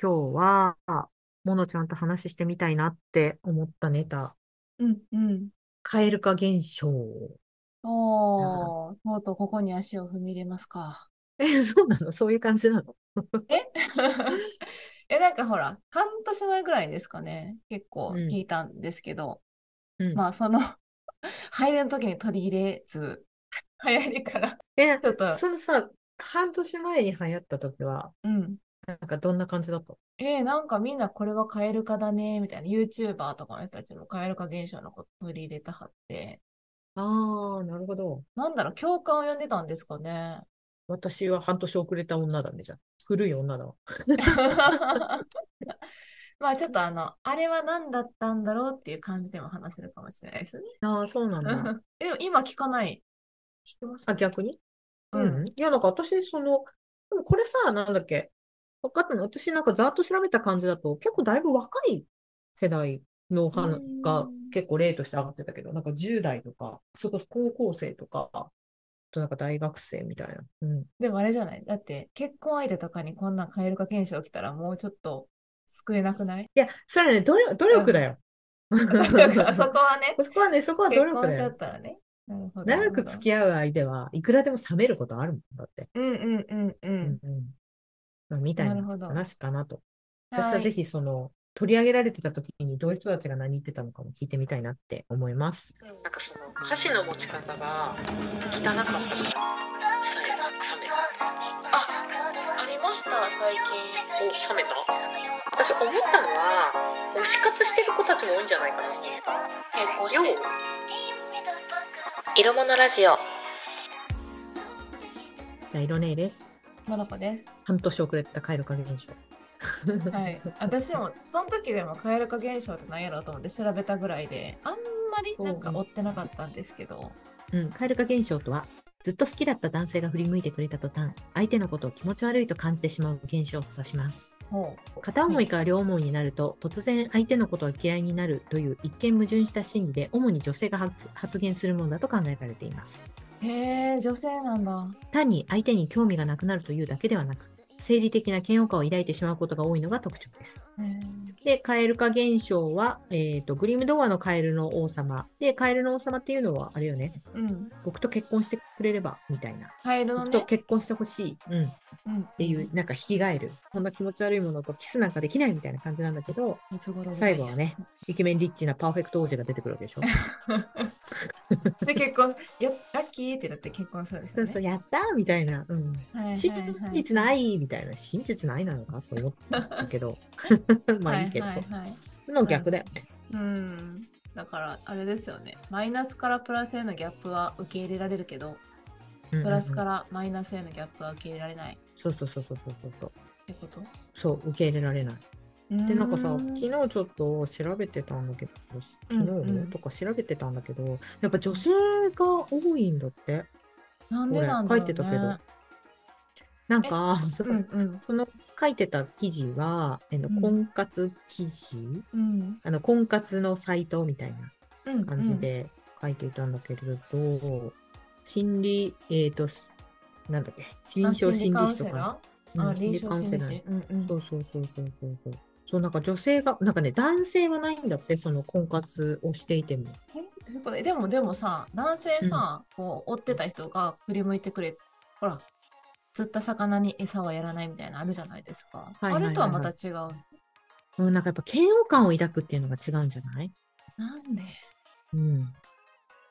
今日は、ものちゃんと話してみたいなって思ったネタ、うんうん。蛙化現象。あおー、とうとうここに足を踏み入れますか。 え、そうなのそういう感じなのえ え、なんかほら、半年前ぐらいですかね。結構うん、聞いたんですけど、うん。まあその 入れの時に取り入れず、流行りから、え、ちょっと、そのさ、半年前に流行った時は、うん。なんかどんな感じだったえー、なんかみんなこれは蛙化だね、みたいな。YouTuber とかの人たちも蛙化現象のこと取り入れたはって、ああー、なるほど。なんだろう、共感を呼んでたんですかね。私は半年遅れた女だね、じゃあ。古い女だわ。 まあちょっとあの、あれは何だったんだろうっていう感じでも話せるかもしれないですね。ああ、そうなん だ。でも今聞かない。聞きます あ、逆にう。うんん。いや、なんか私、その、でもこれさ、なんだっけ。分かったの私なんかざーっと調べた感じだと、結構だいぶ若い世代のう花がん。結構例として上がってたけど、なんか10代とか、それこそ高校生とか、あとなんか大学生みたいな。うん。でもあれじゃないだって結婚相手とかにこんな蛙化現象来たらもうちょっと救えなく ないいや、それはね、努力、努う力ん。だよ。だからそこはね、 そこはね、そこは努結力婚しだちゃよ。ったらね。なるほど、な長るほく付ど。き合う相手はいくらでも冷めることあるもんだって。うんうんうんううんん。うん。まあみたいなるなほど。話かなと。私ははぜい。ひその取り上げられてた時にどういう人たちが何言ってたのかも聞いてみたいなって思います。なんかその歌詞の持ち方が汚かったから、さえ、冷めた。あ、ありました、最近。お、冷めた私思ったのは、推し活してる子たちも多いんじゃないかなと思った。並行し要て。は色物ラジオ。じゃあ、色ねえです。モナコです。半年遅れた蛙化現象。はい。私も、その時でも蛙化現象って何やろうと思って調べたぐらいで、あんまりうなんんかう追ん。ってなかったんですけど、うん、蛙化現象とは、ずっと好きだった男性が振り向いてくれた途端、相手のことを気持ち悪いと感じてしまう現象を指します。ほ片う。は思いい。から両思いになると、突然相手のことが嫌いになるという一見矛盾した心理で、主に女性が発発言するものだと考えられています。へえ、女性なんだ。単に相手に興味がなくなるというだけではなく、生理的な嫌悪感を抱いてしまうことが多いのが特徴です。へえで、蛙化現象は、えーと、グリム童話のカエルの王様。で、カエルの王様っていうのは、あれよね、うん。僕と結婚してくれれば、みたいな。カエルの僕とね。結婚してほしい。うん。っうんうていう、ん。なんか引き返る。こんな気持ち悪いものとキスなんかできないみたいな感じなんだけど、いつ頃ぐら最い後や。はね、イケメンリッチなパーフェクト王子が出てくるわけでしょ。 で、結婚、や、ラッキーってなって結婚するんですそようそね。う、やったーみたいな。うん。はい真はいはい実は。ないいみたいな。真実ないなのかと思ったけど。 まあはいいいけはいど。はい。のなる逆だほよど。ね。うん。だから、あれですよね。マイナスからプラスへのギャップは受け入れられるけど、うんプうラんスうかん。らマイナスへのギャップは受け入れられないっそうそうそうそうそうそうそう。てことうそう、受け入れられない。ーで、なんかさ、ん。昨日ちょっと調べてたんだけど、うん昨う日ん。とか調べてたんだけど、やっぱう女ん性が多いんだって、なんこでれ、な書んだいろてうたけど。ね。なんえ、か、そうんの、うん。その書いてた記事は、えの、うん婚活記事うんあの、婚活のサイトみたいなうん感うじん。で書いていたんだけれど、心理、えっと、すなんだっけ、臨あ、床心理心カ理ウン士とセか、ラうーあ、ん、心臨理床カウンセ心理ラーに。士。うんうそん。うそうそうそうそうそう。そう、なんか女性が、なんかね、男性はないんだって、その婚活をしていても。えということで、でもでもさ、男性うん。さ、こう、追ってた人が振り向いてくれ、ほら、釣った魚に餌はやらないみたいなのあるじゃないですか。はいあれはいとははいまはたい。違う。うん、なんかやっぱ嫌悪感を抱くっていうのが違うんじゃないなんでうん。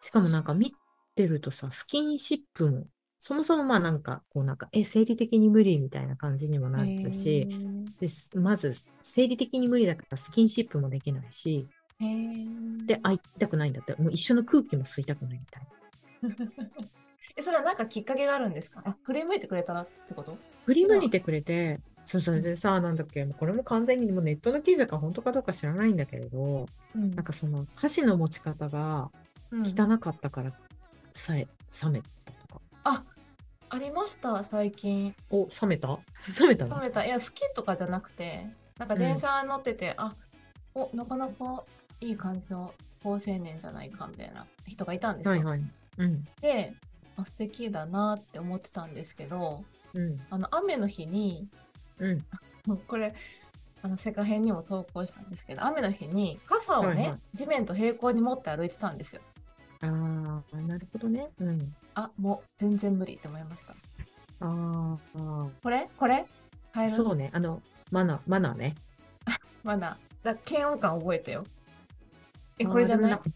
しかもなんか見てるとさ、スキンシップも、そもそもまあなんか、こうなんか、え、生理的に無理みたいな感じにもへなったし、え。です、まず、生理的に無理だからスキンシップもできないし、へで、え。会いたくないんだって、もう一緒の空気も吸いたくないみたいな。え、それはなんかきっかけがあるんですかあ、振り向いてくれたらってこと振り違向う。いてくれて、そうそうれんでさ、なんだっけ、もうこれも完全にもうネットの記事だから本当かどうか知らないんだけれど、うなんん。かその歌詞の持ち方がうん。汚かったからさえ冷めたとか。あ、ありました、最近。お、冷めた冷めた食のべた。いや、好きとかじゃなくて、なんかう電ん。車乗ってて、あ、お、なかなかいい感じの好青年じゃないかみたいな人がいたんですはいよ。はい。うん。で、あ、素敵だなって思ってたんですけど、うん。あの、雨の日に、うん。もうこれ、あの、世界編にも投稿したんですけど、雨の日に傘をね、はいはい地面と平行に持って歩いてたんですよ。ああ、なるほどね。うん。あ、もう全然無理って思いました。あーあこれこれカエー、ルのそうね。あの、マナー、マナーね。マナー。だ嫌悪感覚えてよ。え、これじゃないあーでも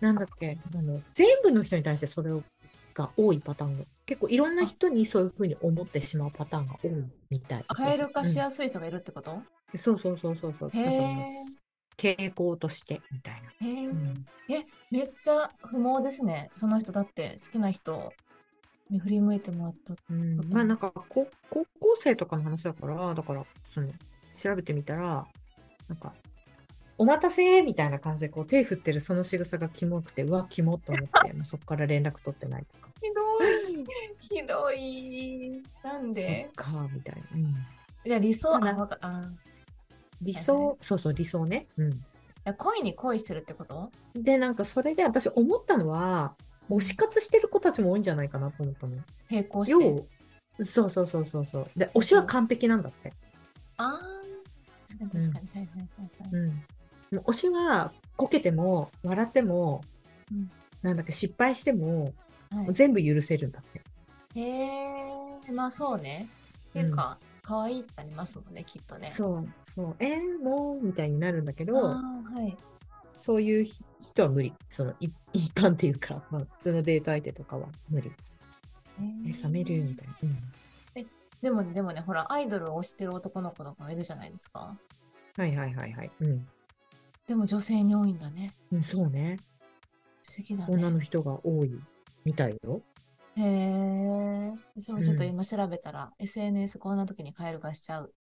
ななんだっけあの、全部の人に対してそれが多いパターンが、結構いろんな人にそういうふうに思ってしまうパターンが多いみたい。カエル化しうんやすい人がいるってこと、そうそうそうそうそう。へなーんかもう傾向としてみたいな。へえ、うんめっちゃ不毛ですね。その人だって好きな人に振り向いてもらった。うんそうだねまあなんか高高校生とかの話だからだからその調べてみたらなんか「お待たせ!」みたいな感じでこう手振ってるその仕草がキモくてうわキモと思ってもうそこから連絡取ってないとかひど い。ひどい。なんそっでかみたいな、うんじゃあ理想、まあ、あなわかあい理はいは想そうそう理想ね、うん、や恋に恋するってことでなんかそれで私思ったのは推し活してる子たちも多いんじゃないかなと思ったの抵抗して。ようそうそうそうそうそうで推しは完璧なんだってああ。確かに確かに。はいはいはいはい。うん、推しはこけても笑っても、うんなんだっけ失敗しても、はい全部許せるんだってへえ、まあそうね。っていうか、可愛いってなりますもんね、きっとね。う。そうそうえー、もうみたいになるんだけあどあ、はい。そういう人は無理そのい一般っていうか、まあ、普通のデート相手とかは無理ですえ冷めるみたいな、うんでもね、でもね、ほら、アイドルを推してる男の子とかもいるじゃないですか。はいはいはいはいうん、でも女性に多いんだね。うん、そうね不思議だ女ね。の人が多いみたいよへえ。私もちょっとうん今調べたら、SNS こんな時にカエル化しちゃう。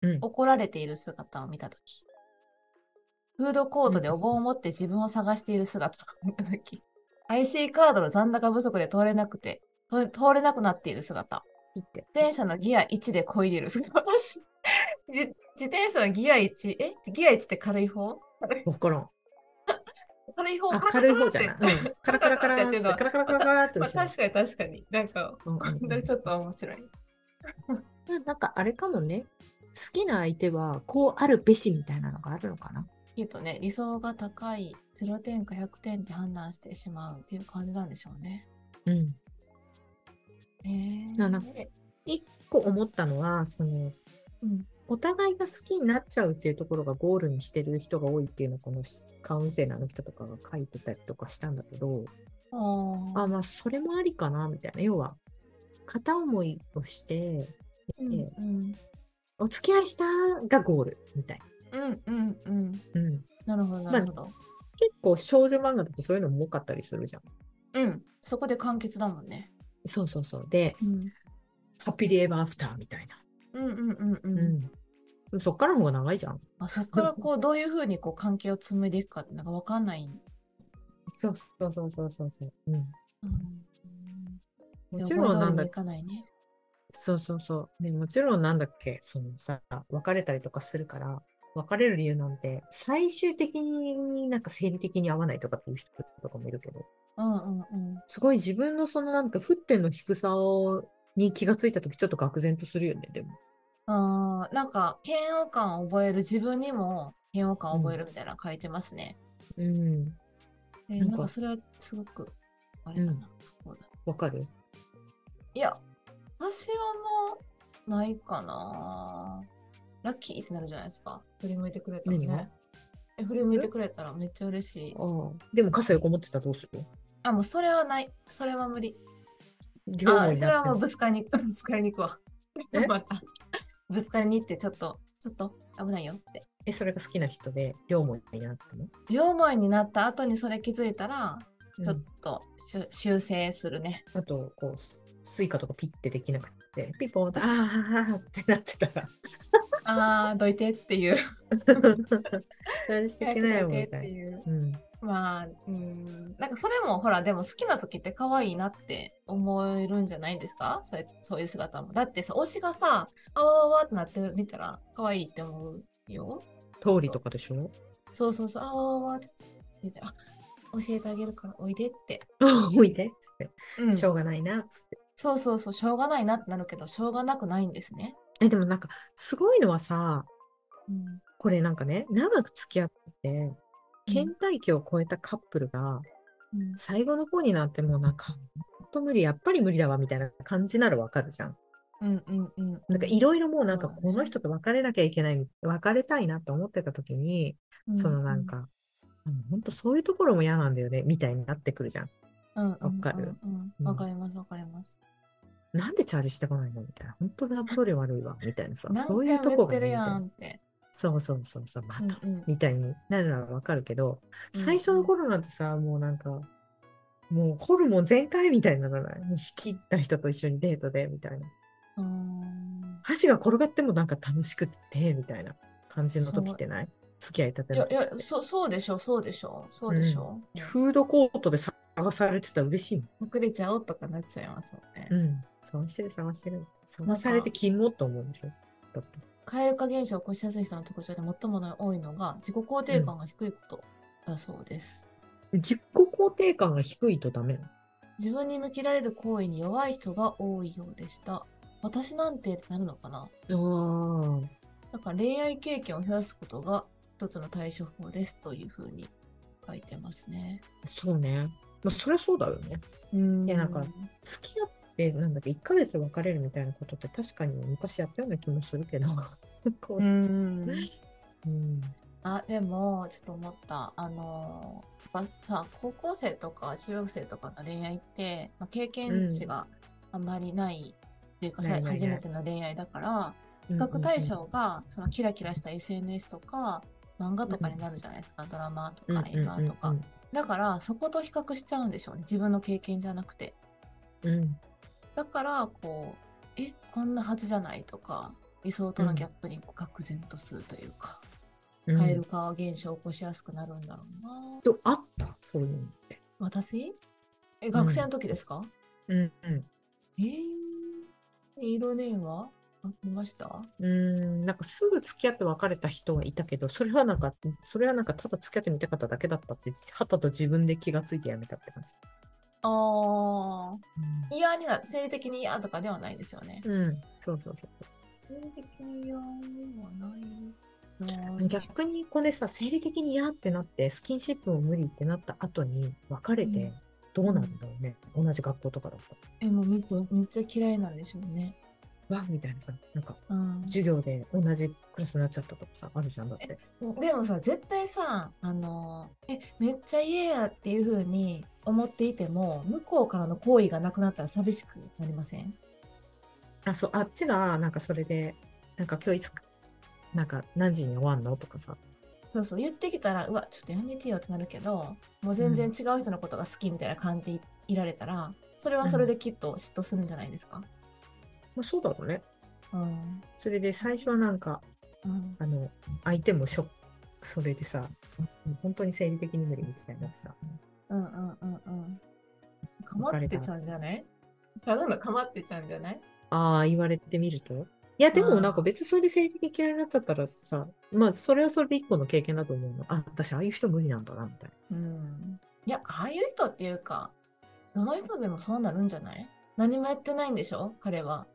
うん怒られている姿を見た時。フードコートでお盆を持って自分を探している姿を見た時。IC カードの残高不足で通れなくて、と通れなくなっている姿。いいって自転車のギア1で漕いでいる姿。私、じ自転車のギア1、えギア1って軽い方分からん軽い方あ軽い方じゃない、軽いうん、カラカラカラーってカラカラカラカラーってま押あ、してる確かに確かに。なんか、うんうんうんちょっと面白い。うんなんかあれかもね。好きな相手はこうあるべしみたいなのがあるのかな。きっとね、理想が高い0点か100点で判断してしまうっていう感じなんでしょうね。うん。えー、なな一個思ったのは、その、うんお互いが好きになっちゃうっていうところがゴールにしてる人が多いっていうのをこのカウンセラーの人とかが書いてたりとかしたんだけど、ああ、あ、まあそれもありかなみたいな。要は、片思いをして、うんうんお付き合いしたがゴールみたいうんうんうん。な。うん。なるほど、まあなるほど。結構少女漫画だとそういうのも多かったりするじゃん。うん。そこで完結だもんね。そうそうそう。で、うん。ハッピーリエバーアフターみたいな。うんうんうんうん。うん、そっからの方が長いじゃん。まあ、そこからこう、どういうふうにこう関係を紡いでいくかってなんかわかんない。そうそうそうそうそうそう。うん、うん。もちろんなんだいかないね。そうそうそう、ね。もちろんなんだっけ、そのさ、別れたりとかするから、別れる理由なんて、最終的になんか生理的に合わないとかっていう人とかもいるけど、うんうんうん。すごい自分のそのなんか沸点の低さをに気がついたとき、ちょっと愕然とするよね、でも。あーなんか嫌悪感を覚える自分にも嫌悪感を覚えるみたいなの書いてますね。うん、えーなんなかんかそれはすごくあれだな。こうだわかるいや、私はもうないかな。ラッキーってなるじゃないですか。振り向いてくれたら何がね。え振り向いてくれたらめっちゃ嬉しいあ。あでも傘横持ってたらどうするあ、もうそれはない。それは無理。両思いあ、にそれなはってもうもぶつかりに、 ぶつかりに行くわ。え またぶつかりに行ってちょっと、ちょっと危ないよって。え、それが好きな人で両思いになっても両思いになった後にそれ気づいたら、ちょうんっとしゅ修正するね。あと、こう、ススイカとかピッてできなくて、ピポンって、あーってなってたら、ああ、どいてっ ていう。それしちゃいけないもんみたいな。いう。うん、まあ、うん。なんかそれもほら、でも好きな時って可愛いなって思えるんじゃないですかそれそういう姿も。だってさ、推しがさ、あわわわってなって見たら可愛いって思うよ。通りとかでしょそうそうそう、あわわわって見て、あ教えてあげるからおいでって。おいでっつっうて、ん、しょうがないなっつって。そうそうそう、しょうがないなってなるけど、しょうがなくないんですね。え、でもなんか、すごいのはさ、うんこれなんかね、長く付き合ってて、倦怠期を超えたカップルが、うん最後の方になってもうなんか、ほんと無理、やっぱり無理だわ、みたいな感じならわかるじゃん。うんうんうん。なんかいろいろもうなんか、そうだねこの人と別れなきゃいけない、別れたいなって思ってた時に、うんそのなん、か、本当そういうところも嫌なんだよね、みたいになってくるじゃん。うんうんうんうんわかるうんうんわかりますわかります。なんでチャージしてこないのみたいな。本当ラブトレ悪いわ、みたいなさ。何そういう回ともこ言っがてるね、やんって。そうそうそうそう、また、うんうんみたいになるのはわかるけど、うん最初の頃なんてさ、もうなんか、もうホルモン全開みたいにならない。もう好きな人と一緒にデートで、みたいな。うーん箸が転がってもなんか楽しくて、みたいな感じの時ってない付き合いたていのや時いや、そそうでしょ、そうでしょ、そうでしょ。フードコートで探されてたら嬉しいもん。隠れちゃおうとかなっちゃいますもんね。うん。探してる探してる。か探されてキモと思うでしょ。だって。蛙化現象を起こしやすい人の特徴で最も多いのが自己肯定感が低いことだそうです。自己肯定感が低いとダメなの。自分に向けられる行為に弱い人が多いようでした。私なんてってなるのかなあだから恋愛経験を増やすことが一つの対処法ですというふうに書いてますね。あ、そうね。まあ、そりゃそうだよね。うんいやなんか付き合って、なんだっけ、1ヶ月で別れるみたいなことって確かに昔やったような気もするけど。 こうう、ん。うん。あ、でも、ちょっと思った。あのー、やっぱさ、高校生とか中学生とかの恋愛って、まあ、経験値があんまりないっていうかさ、ないないない初めての恋愛だから、比比較対象がそのキラキラした SNS とか、漫画とかになるじゃないですか、ドラマとか映画とか。。だから、そこと比較しちゃうんでしょうね。自分の経験じゃなくて。うんうんだから、こう、え、こんなはずじゃないとか、理想とのギャップにこう愕然とするというか。うんうん。うん蛙化現象を起こしやすくなるんだろうな。とあったそういうのって。私え、学生の時ですか、うんうん。えー、色ねえわ。あ見ましたうーん、なんかすぐ付き合って別れた人はいたけど、それはなんか、それはなんかただ付き合ってみたかっただけだったって、はたと自分で気がついてやめたって感じ。あー、嫌にな、生理的に嫌とかではないですよね。うん、そうそうそう。生理的に嫌ではない。逆にこれさ、生理的に嫌ってなって、スキンシップも無理ってなった後に別れうてん、どうなんだろうね。同じ学校とかだったえ、もうめっちゃうんめっちゃ嫌いなんでしょうね。ら。わみたいなさ、なんかうん、授業で同じクラスになっちゃったとかさ、あるじゃんだって。でもさ絶対さあのえめっちゃ嫌やっていう風に思っていても向こうからの好意がなくなったら寂しくなりませんあ、そう、あっちが、なんかそれで、なんか今日いつ、なんか何時に終わんのとかさ。そうそう言ってきたらうわちょっとやめてよってなるけどもう全然違う人のことが好きみたいな感じでいられたらそれはそれできっと嫉妬するんじゃないですかまあ、そうだろうね。うん、それで最初はなんか、うん、あの、相手もショック、それでさ、もう本当に生理的に無理みたいになってさ、うんうんうんうんかまってちゃうんじゃないただのかまってちゃうんじゃないああ、言われてみると。いや、でもうんなんか別にそれで生理的に嫌いになっちゃったらさ、まあ、それはそれで一個の経験だと思うの。あ、私、ああいう人無理なんだな、みたいな。うんいや、ああいう人っていうか、どの人でもそうなるんじゃない何もやってないんでしょ彼は。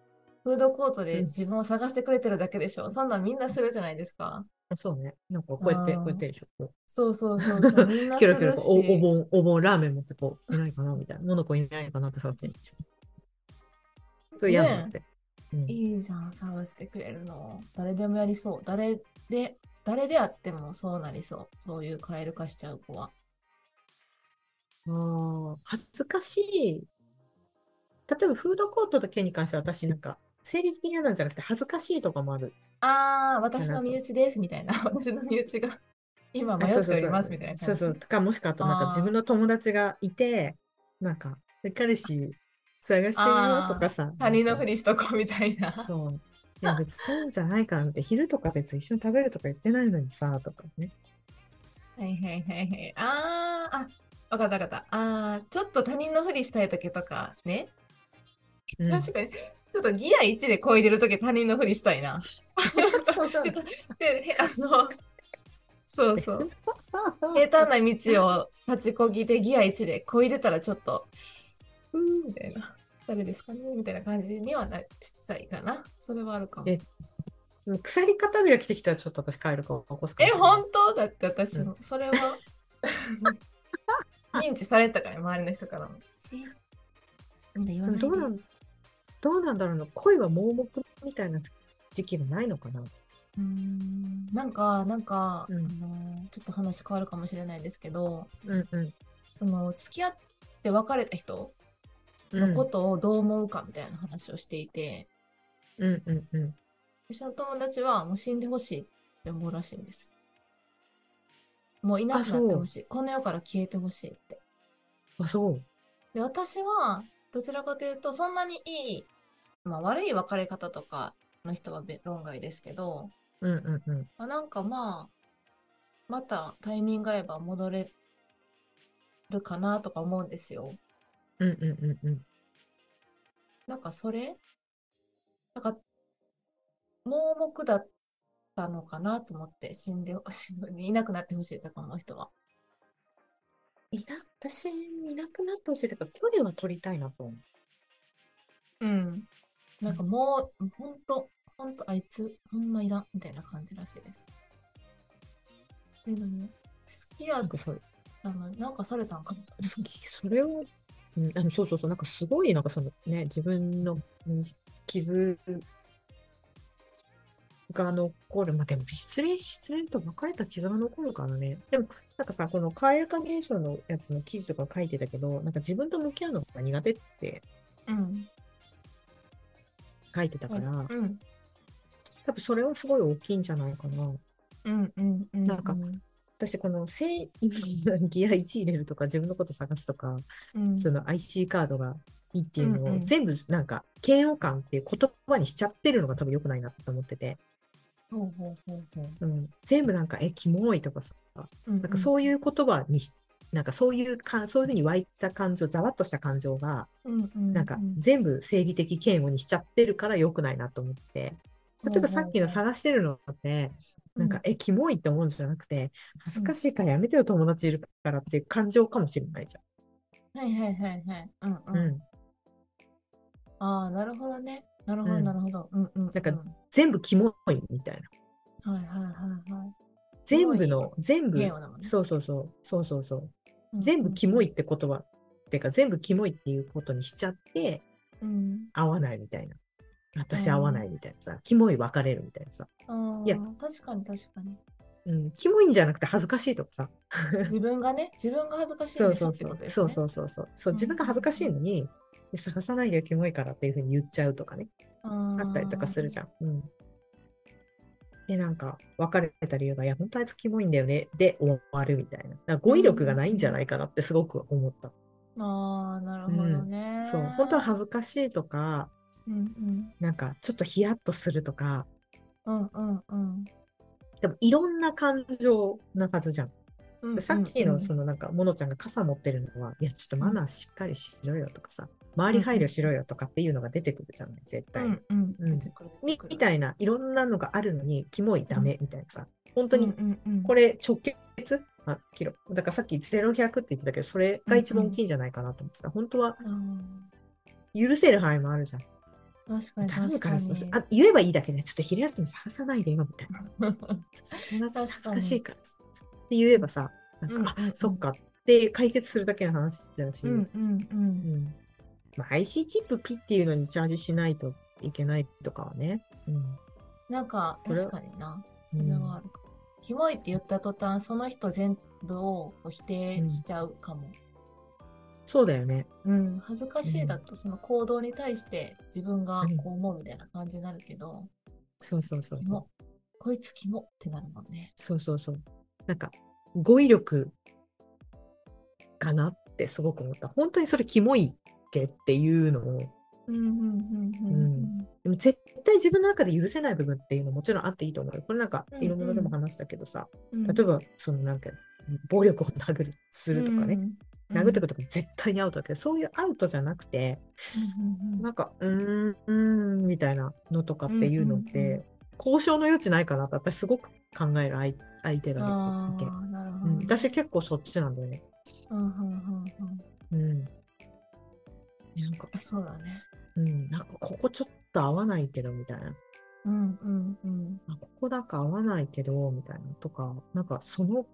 フードコートうでん自分を探してくれてるだけでしょそんなんみんなするじゃないですか。あそうね。なんかこうやって、あこーうやってでしょ。こそうそうそうそう、みんうな キすョロキョロるとし。おお盆、お盆ラーメン持ってこう、いないかな、みたいな。モノコいないかなって探してるんでしょ。そう嫌なんだって。うんいいじゃん、探してくれるの。誰でもやりそう。誰で、誰であってもそうなりそう。そういうカエル化しちゃう子は。ああ、恥ずかしい。例えばフードコートだけに関しては私なんか生理的に嫌なんじゃなくて恥ずかしいとかもある。あー、私の身内です、みたいな。 私の身内が今迷あ、そうってそうおりそうます、みたいな感そうじ。そう。とかもしくはあとなんかあー自分の友達がいて、なんか彼氏探してるよとかさ。他人のふり。りしとこうみたいな。そう。いや別にそうじゃないからって昼とか別に一緒に食べるとか言ってないのにさとかね。はいはいはいはい。あー、あ、わかったわかった。あー、ちょっと他人のふりしたい時とかね。うん確かに、ちょっとギア1でこいでる時他人のふりしたいな。そうそう。で、へあの、そうそう。平坦な道を立ちこぎでギア1でこいでたらちょっと、うーんみたいな。誰ですかねみたいな感じにはなしたいかな。それはあるかも。えでも鎖片びら着てきたらちょっと私帰るか起こすかえ、も本当だって私も、そ れは認知されたから、周りの人からも。しみんな言わないでどうなんどうなんだろうな恋は盲目みたいな時期がないのかなうーんなんか、なんか、うんあのーちょっと話変わるかもしれないですけど、うんうんその付き合って別れた人のことをどう思うかみたいな話をしていて、うんうんうん私の友達はもう死んでほしいって思うらしいんです。もういなくなってほしい。この世から消えてほしいって。あそうで、私は、どちらかというと、そんなにいい、まあ悪い別れ方とかの人は別論外ですけど、うんうんうんまあ、なんかまあ、またタイミング合えば戻れるかなとか思うんですよ。うんうんうんうんなんかそれ、なんか、盲目だったのかなと思って、死んで、 死んでいなくなってほしいとか思う人は。いな私にいなくなってほしいというか距離は取りたいなと思ううん。なんかもう、ほんと、ほんとあいつ、ほんまいらん、みたいな感じらしいです。でも、好きやなんかそうあの、なんかされたんかも。好きそれを、うん、あのそうそうそうなんかすごいなんかそのね自分のうん傷が残るまあでも失恋失恋と別れた傷が残るからねでもなんかさこの蛙化現象のやつの記事とか書いてたけどなんか自分と向き合うのが苦手ってうん。書いてたから、うん。多分それはすごい大きいんじゃないかなうんうんうん。なんかうん私このせ ギア1入れるとか自分のこと探すとかうんその IC カードがいいっていううんのうをん全部なんか嫌悪感っていう言葉にしちゃってるのが多分良くないなって思ってて、ほうほうほうほうう。ん、全部なんか「えキモい」とかさうんなんかそういうう言葉にしなんかそういうかそういうふうに湧いた感情ざわっとした感情がん、うんなんかうう全部生理的嫌悪にしちゃってるから良くないなと思って例えばさっきの探してるのってなんか「えキモい」って思うんじゃなくて恥ずかしいからやめてよ友達いるからっていう感情かもしれないじはいはいはいはい。うんゃ。うん。うんんああ、なるほどね。なるほどうんなるほど。うんうん。なんかう全部キモいみたいなはいはいはいはい。全部の全部平和だもんね。そうそうそう、そうそうそう。うん全部キモいって言葉、ってか全部キモいっていうことにしちゃって、うん。合わないみたいな。私うん合わないみたいなさ、キモい別れるみたいなさ。あいやあ、確かに確かに。うん、キモいんじゃなくて恥ずかしいとかさ。自分 がね、自分が恥ずかしいそんでうしそょうってそこうと。ですそね。うそうそうそう。そううん自分が恥ずかしいのに、で探さないでよキモいからっていうふうに言っちゃうとかね。ああったりとかするじゃゃん。うん。で、なんか、別れた理由が、いや、本当あいつキモいんだよね。で、終わるみたいな。だから語彙力がないんじゃないかなってすごく思った。ん。ああ、なるほどね。そう本当は恥ずかしいとかうんなんかちょっとヒヤッとするとかうん。うんうんうん。でもいろんな感情なはずじゃん。うんうんさっきのその、のなんかモノちゃんが傘持ってるのはいやちょっとマナーしっかりしろよとかさ周り配慮しろよとかっていうのが出てくるじゃない絶う対。んうん。うん出てくる出てみくるみたいないろんなのがあるのにキモいダメみたいなさ本当にうんうんうんこれ直結あキロだからさっき0100って言ってたけどそれが一番大きいんじゃないかなと思ってた本当はあー許せる範囲もあるじゃん。確かに頼むか確からに。さあ言えばいいだけで、ちょっと昼休み探さないでよみたいな。友達確か恥ずにかしいからって言えばさ、なんか、うんあうんうんそっかって解決するだけの話だし、うんうんう。うんんまあ、IC チップピっていうのにチャージしないといけないとかはね。うんなんかそれ確かにな。それはあるかも。キモいって言った途端、その人全部をこう否定しちゃうかも。そうだよね。うん、恥ずかしいだと、その行動に対して自分がこう思うみたいな感じになるけど、そうそうそうキそう。モこいつキモってなるもんね。そうそうそう。なんか、語彙力かなってすごく思った。本当にそれキモいっけっていうのをうんうんうんうんでも絶対自分の中で許せない部分っていうのももちろんあっていいと思うよ。これなんかうんうんいろんなのでも話したけどさ、うん例えばそのなんか暴力を殴るするとかね、。殴ってくるとか絶対にアウトだけど、そういうアウトじゃなくて、なんかうーん、うーんみたいなのとかっていうのっうんうんうんて、交渉の余地ないかなって私すごく考える相相手があいて、あ、なるほうどんね。私結構そっちなんだよね。うんうんうんうんうん。なんか、あそうだね。うん、なんかここちょっと合わないけどみたいな。うんうんうん。あここだか合わないけど、みたいなとか、なんかその、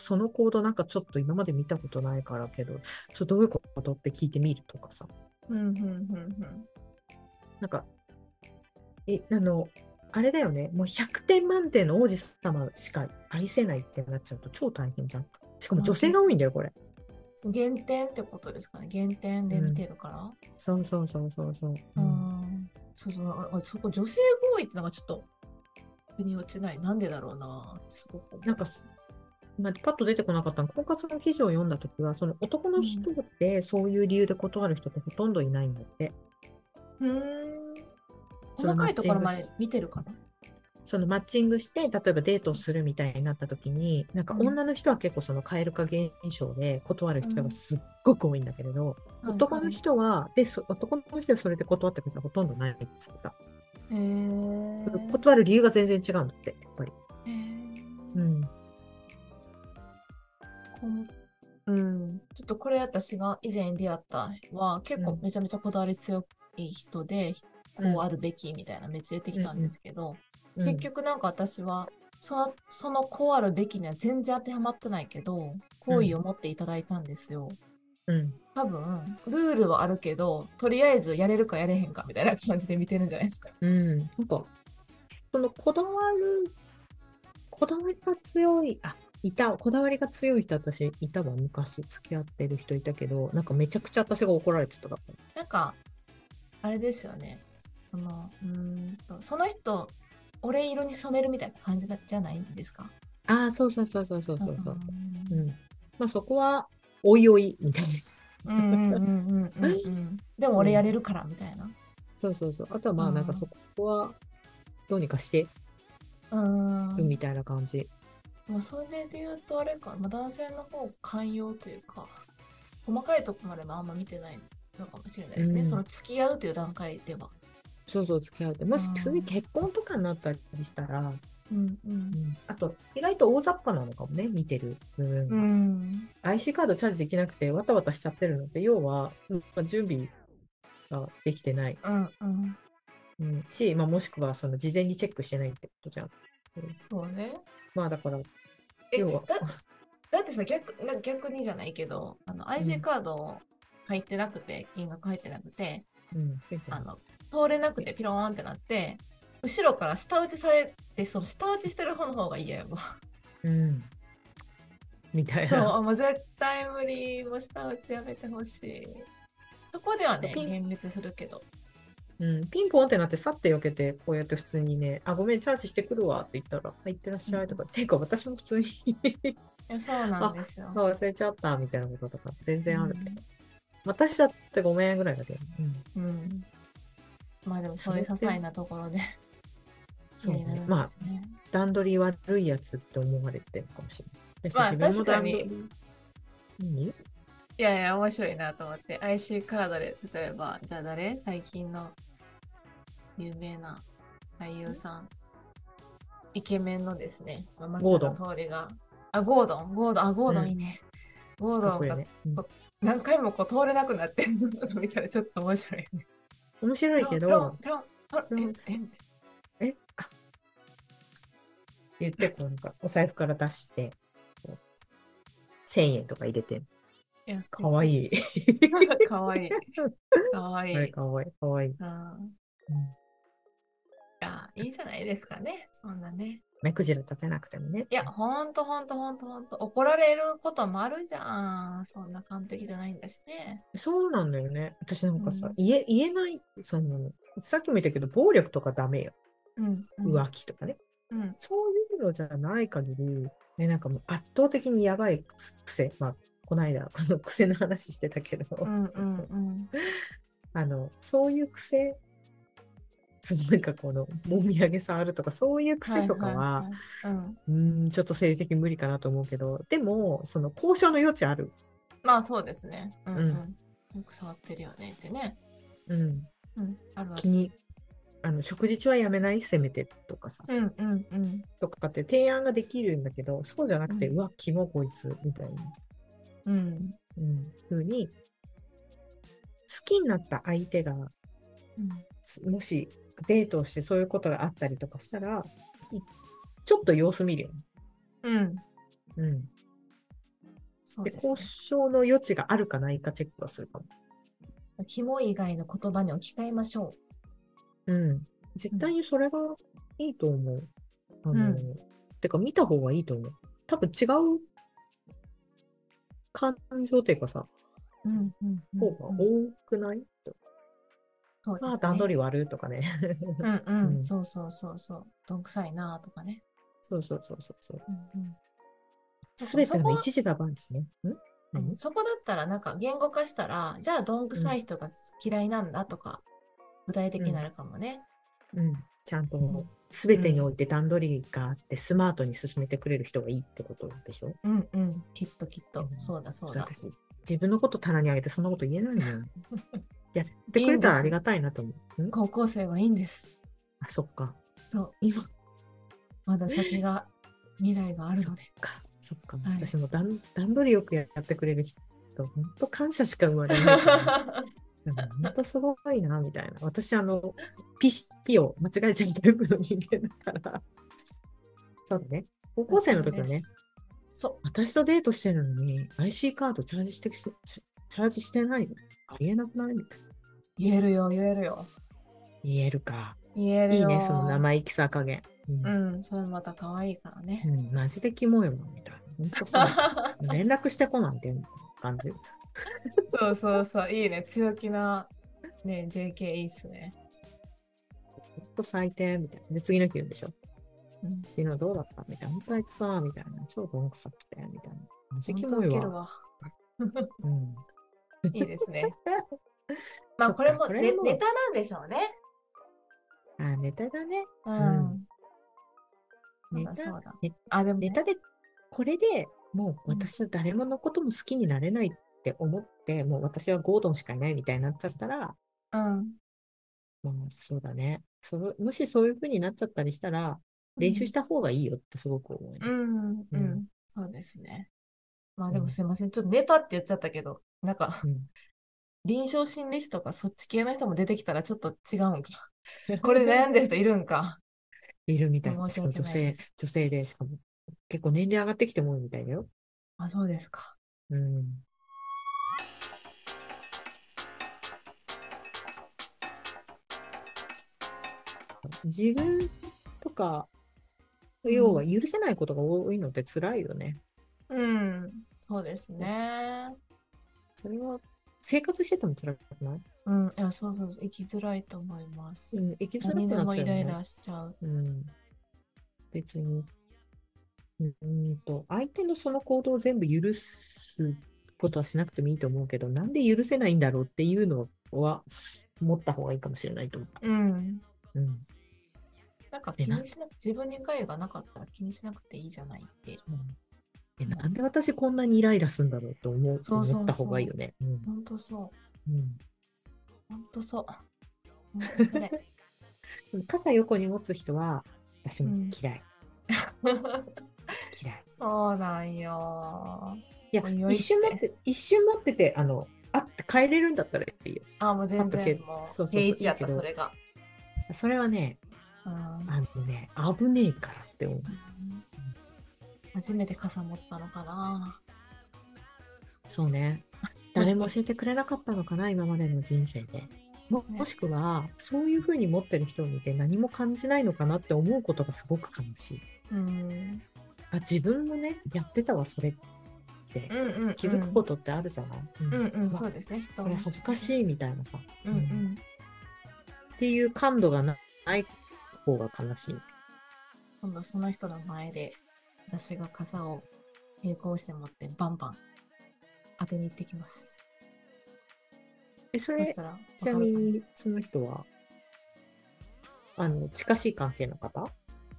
その行動なんかちょっと今まで見たことないからけど、それどういうことって聞いてみるとかさ、うんうんうんなんか、え、あの、あれだよね、もう100点満点の王子様しか愛せないってなっちゃうと超大変じゃん。しかも女性が多いんだよ、これ。うん。減点ってことですかね。減点で見てるから。そうそうそうそうそう。ううんん、そうそうああそこ女性合意ってのがちょっと腑に落ちないなんでだろうなってすごく思うなんかす、まあ、パッと出てこなかったの婚活の記事を読んだときは、その男の人ってそういう理由で断る人ってほとんどいないんだって。うーんその細かいところマまッチンでグし見てるかなそのマッチングして、例えばデートをするみたいになったときに、なんかうん女の人は結構その蛙化現象で断る人がすっごく多いんだけれど、男の人は、で、そ男の人はそれで断ってくれたほとんどないって言ってた。へー断る理由が全然違うんだって、やっぱり。へーうん。こんうん、ちょっとこれ私が以前出会ったは結構うんめちゃめちゃこだわり強い人で、こうあるべきみたいなめっちゃ言ってきたんですけど、うん結局なんか私はそのそのこうあるべきには全然当てはまってないけど好意を持っていただいたんですよ、うん。多分ルールはあるけどとりあえずやれるかやれへんかみたいな感じで見てるんじゃないですか。 うん、なんか、そのこだわる、こだわりが強い、あ、いた、こだわりが強い人、私、いたわ、昔、付き合ってる人いたけど、なんかめちゃくちゃ私が怒られてただか。なんかあれですよねそのうーんとその人俺色に染めるみたいな感じじゃないんですからああ、そうそうそうそうそうそうそう。ううんん。まあ、そこは、おいおい、みたいな。 うんうんうんうんうんうんでも俺やれるからみたいな。そうそうそう。あとは、まうあ、んなんかそこは、どうにかして、うーんみたいな感じ。まあそれで言うとあれか、まあ、男性の方寛容というか細かいとこまでもあんま見てないのかもしれないですね、うんその付き合うという段階では。そうそう、付き合うって。もしう、んすでに結婚とかになったりしたら、うんうんうんあと、意外と大雑把なのかもね、見てる部分が。うん、 IC カードチャージできなくてわたわたしちゃってるのって要は、まあ準備ができてない、うん、うん、うん、し、まあ、もしくはその事前にチェックしてないってことじゃん。そうね。まあだから、え要はだだってさ逆なんか逆にじゃないけどあの IC カード入ってなくて、金額入ってなくてうん、あの通れなくてピローンってなって後ろから下打ちされてその下打ちしてる方の方が嫌やわうん、みた いな。そうもう絶対無理もう下打ちやめてほしいそこではねピン厳密するけどうん、ピンポンってなって、さって避けて、こうやって普通にね、あ、ごめん、チャージしてくるわって言ったら、入ってらっしゃいとか、ていうか、私も普通にいやそうなんですよあ忘れちゃったみたいなこととか、全然あるけど、うん私だってごめんぐらいだけど、うん、うんまあでもそういう些細なところでそう嫌になるねん。まであ、すね段取り悪いやつって思われてるかもしれない。まあ私自分も確かに段取り。いやいや、面白いなと思って。IC カードで、例えば、じゃあ誰最近の有名な俳優さん。イケメンのですね、まあ、ゴードン松坂桃李が。あ、ゴードン、ゴードン、あ、ゴードうんンいいね。ゴーかっドこいンいがね。うんこ何回もこう通れなくなってるの見たらちょっと面白いね。面白いけピロど、、ンピロン、ピロン、ピロンえ、え、えあ言って、こうなんか、お財布から出して、こう1000円とか入れて、え、安いかわいい。かわいい。かわ いあれい。かわいい、かわいい。うんうんいや、いいじゃないですかね。そんなね。目くじら立てなくてもね。いや、ほんとほんとほんとほんと。怒られることもあるじゃん。そんな完璧じゃないんだしね。そうなんだよね。私なんかさうん、言え、言えない、その、さっきも言ったけど、暴力とかダメよ。うん。浮気とかね。うん。そういうのじゃない限り、ね、なんかもう圧倒的にやばい癖、まあ、この間、こ の癖の話してたけど、うんうんうん。 あの、そういう癖、そのなんかこの、もみあげ触るとか、そういう癖とかは、いいいうん。うーん、ちょっと生理的に無理かなと思うけど、でも、その、交渉の余地ある。まあそうですね。うんう。うんよく触ってるよねってね。うん、うん。あるあ気る。に、あの、食事中はやめない、せめてとかさ、うんうんうん。とかって提案ができるんだけど、そうじゃなくて、ううんわ、キモこいつ、みたいな。うん。うん、ふうに好きになった相手がうんもしデートをしてそういうことがあったりとかしたら、いちょっと様子見るよね。うん。うん。そうでです、ね交。渉の余地があるかないかチェックはするかも。キモい以外の言葉に置き換えましょうん。絶対にそれがいいと思う。あの、うてか見た方がいいと思う。多分違う感情というかさ、う。うんうんうん方が多くない、そうですまあね。段取り悪いとかね。 うんうん、うんそうそうそうそう。どんくさいなとかね。そうそうそうそうそう。うんすべてそこのは一時だばんですね。んうん何そこだったらなんか言語化したら、じゃあどんくさい人が嫌いなんだとか、具体的になるかもね。うん。ちゃんうとん、すべてにおいて段取りがあって、スマートに進めてくれる人がいいってことでしょうんうん、きっときっと。うんそうだそうだ。私、自分のこと棚にあげてそんなこと言えないのよ。やってくれたらありがたいなと思う。ん高校生はいいんです。あ、そっか。そう。今まだ先 が、未来があるの で。か。そっか。はい私も段段取りよくやってくれる人、本当感謝しか生まれないから。 うん本当すごいな、みたいな。私、あの、ピシピを間違えちゃうタイプの人間だから。そうだね。高校生の時はね、。そ私とデートしてるのに、IC カードチャージしてきしチャージしてないのありえなくないみたいな。う。言えるよ、言えるよ。言えるか。言えるいいよ。ね、その生意気さ加減。うんうん、それまた可愛いからね。うん、マジでキモいもん、みたいな。本当さ、連絡してこなんていう感じ。 そうそうそう、いいね。強気な、ね、JK いいっすね。ほんと最低みたいな。で、次の日言うんでしょ。うん昨日どうだったみたいな。本当あいつさ、みたいな。超どんくさくて、みたいな。マジキ本当モいウケるわ。わ。うん。いいで すね。そまあっかこれもこれねもネタなんでしょうね。あ、ネタだね。うんん。ネそうだそタうだネ。あ、でもネね、タで、これでもううん私は誰ものことも好きになれないって思って、もう私はゴードンしかいないみたいになっちゃったら、うん。まあそうだね。そのもしそういう風になっちゃったりしたら、練習した方がいいよってすごく思うね。うん、ううんん。そうですね。まあでもうんすいません。ちょっとネタって言っちゃったけど、なんかうん臨床心理士とかそっち系の人も出てきたらちょっと違うんか。これで悩んでる人いるんか。 いるみたいな。申し訳女ないで性、女性で、しかも結構年齢上がってきても多いみたいだよ。あ、そうですか。うん。自分とか、うん要は許せないことが多いのって辛いよね。うん。そうですね。それは生活してても辛くない、うん。いや、そうそうそう。生きづらいと思います。うん、生きづらく何でなっもちゃイうよライね。ラしちゃう。うん、別に、うんうんと、相手のその行動を全部許すことはしなくてもいいと思うけど、なんで許せないんだろうっていうのは持った方がいいかもしれないと思うん。う。うんなんかえ気なにしなく自分に害がなかったら気にしなくていいじゃないって。うんえなんで私こんなにイライラするんだろうと思うそうそうそう思った方がいいよね。うんほんとそう。うんほんとそう。ほんとそれ。 でも傘横に持つ人は私もうん嫌い、嫌い。そうなんよ。いやおいおい一瞬持って一瞬持っててあのあって帰れるんだったらいいよ。あ、もう全あったけ然どもそううそうそう平一やっいた、いけどそれが。それはねうんあのね危ねえからって思う。初めて傘持ったのかな。そうね誰も教えてくれなかったのかな今までの人生で。もねもしくはそういうふうに持ってる人を見て何も感じないのかなって思うことがすごく悲しい。うん。あ自分もねやってたわそれって。うんうんうん。気づくことってあるじゃない、うんうんうん、まあそうですね、人これ恥ずかい。しいみたいなさ、うんうん。っていう感度がなない方が悲しい。今度その人の前で、私が傘を並行して持ってバンバン当てに行ってきます。えそそれしちたら、なみにその人はあの近しい関係の方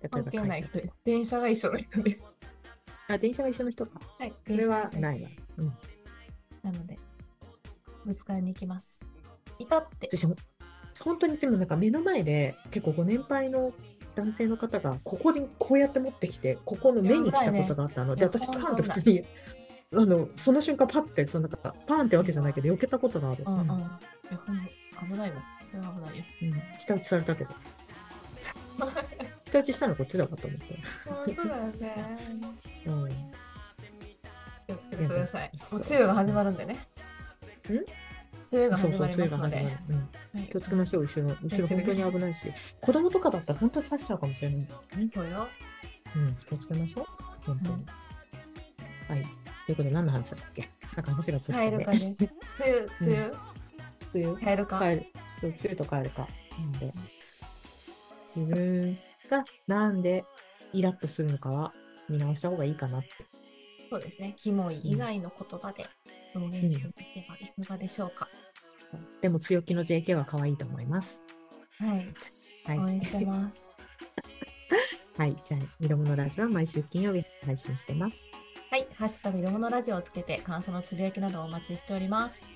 例えば関係ない会社人です。電車が一緒の人です。あ電車が一緒の人か。はい、それはないなな。うん、なので、ぶつかりに行きます。いたって。私も本当にでもなんか目の前で結構ご年配の男性の方がここにこうやって持ってきてここの目に来たことがあったのでいや私パーンっ危てない普通にあのその瞬間パッてそのなんかパーンってわけじゃないけど避けたことがある。うんうん。いうんや、ほんま危ないわ。それは危ないよ。うん、下打ちされたけど。下打ちしたのこっちだかと思って。本当だよね。うん。 気をつけてください。もそうう梅雨が始まるんでね。ん梅雨がそう始そう、まりま梅雨が始すのまでる。。うん。はい気をつけましょう、後ろ。後ろ本当に危ないし。子供とかだったら本当に刺しちゃうかもしれない。そうよ。うん、気をつけましょう。本当に。はい。ということで、何の話だっけなんか話がついカエルカてです。梅雨、梅雨、梅雨カエルカ。帰る、そう、梅雨と帰るか。なんで、自分がなんでイラッとするのかは見直した方がいいかなって。そうですね。キモい以外の言葉で表現してみてはいかがでしょうか。でも強気の JK は可愛いと思います。はい。は応い援。してます。はい。じゃあ、ミロモのラジオは毎週金曜日配信してます。はい。ハッシュタグ、色物ラジオをつけて、感想のつぶやきなどお待ちしております。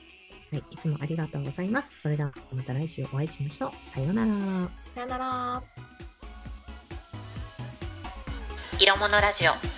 はい。いつもありがとうございます。それでは、また来週お会いしましょう。さようなら。さよなら。色物ラジオ。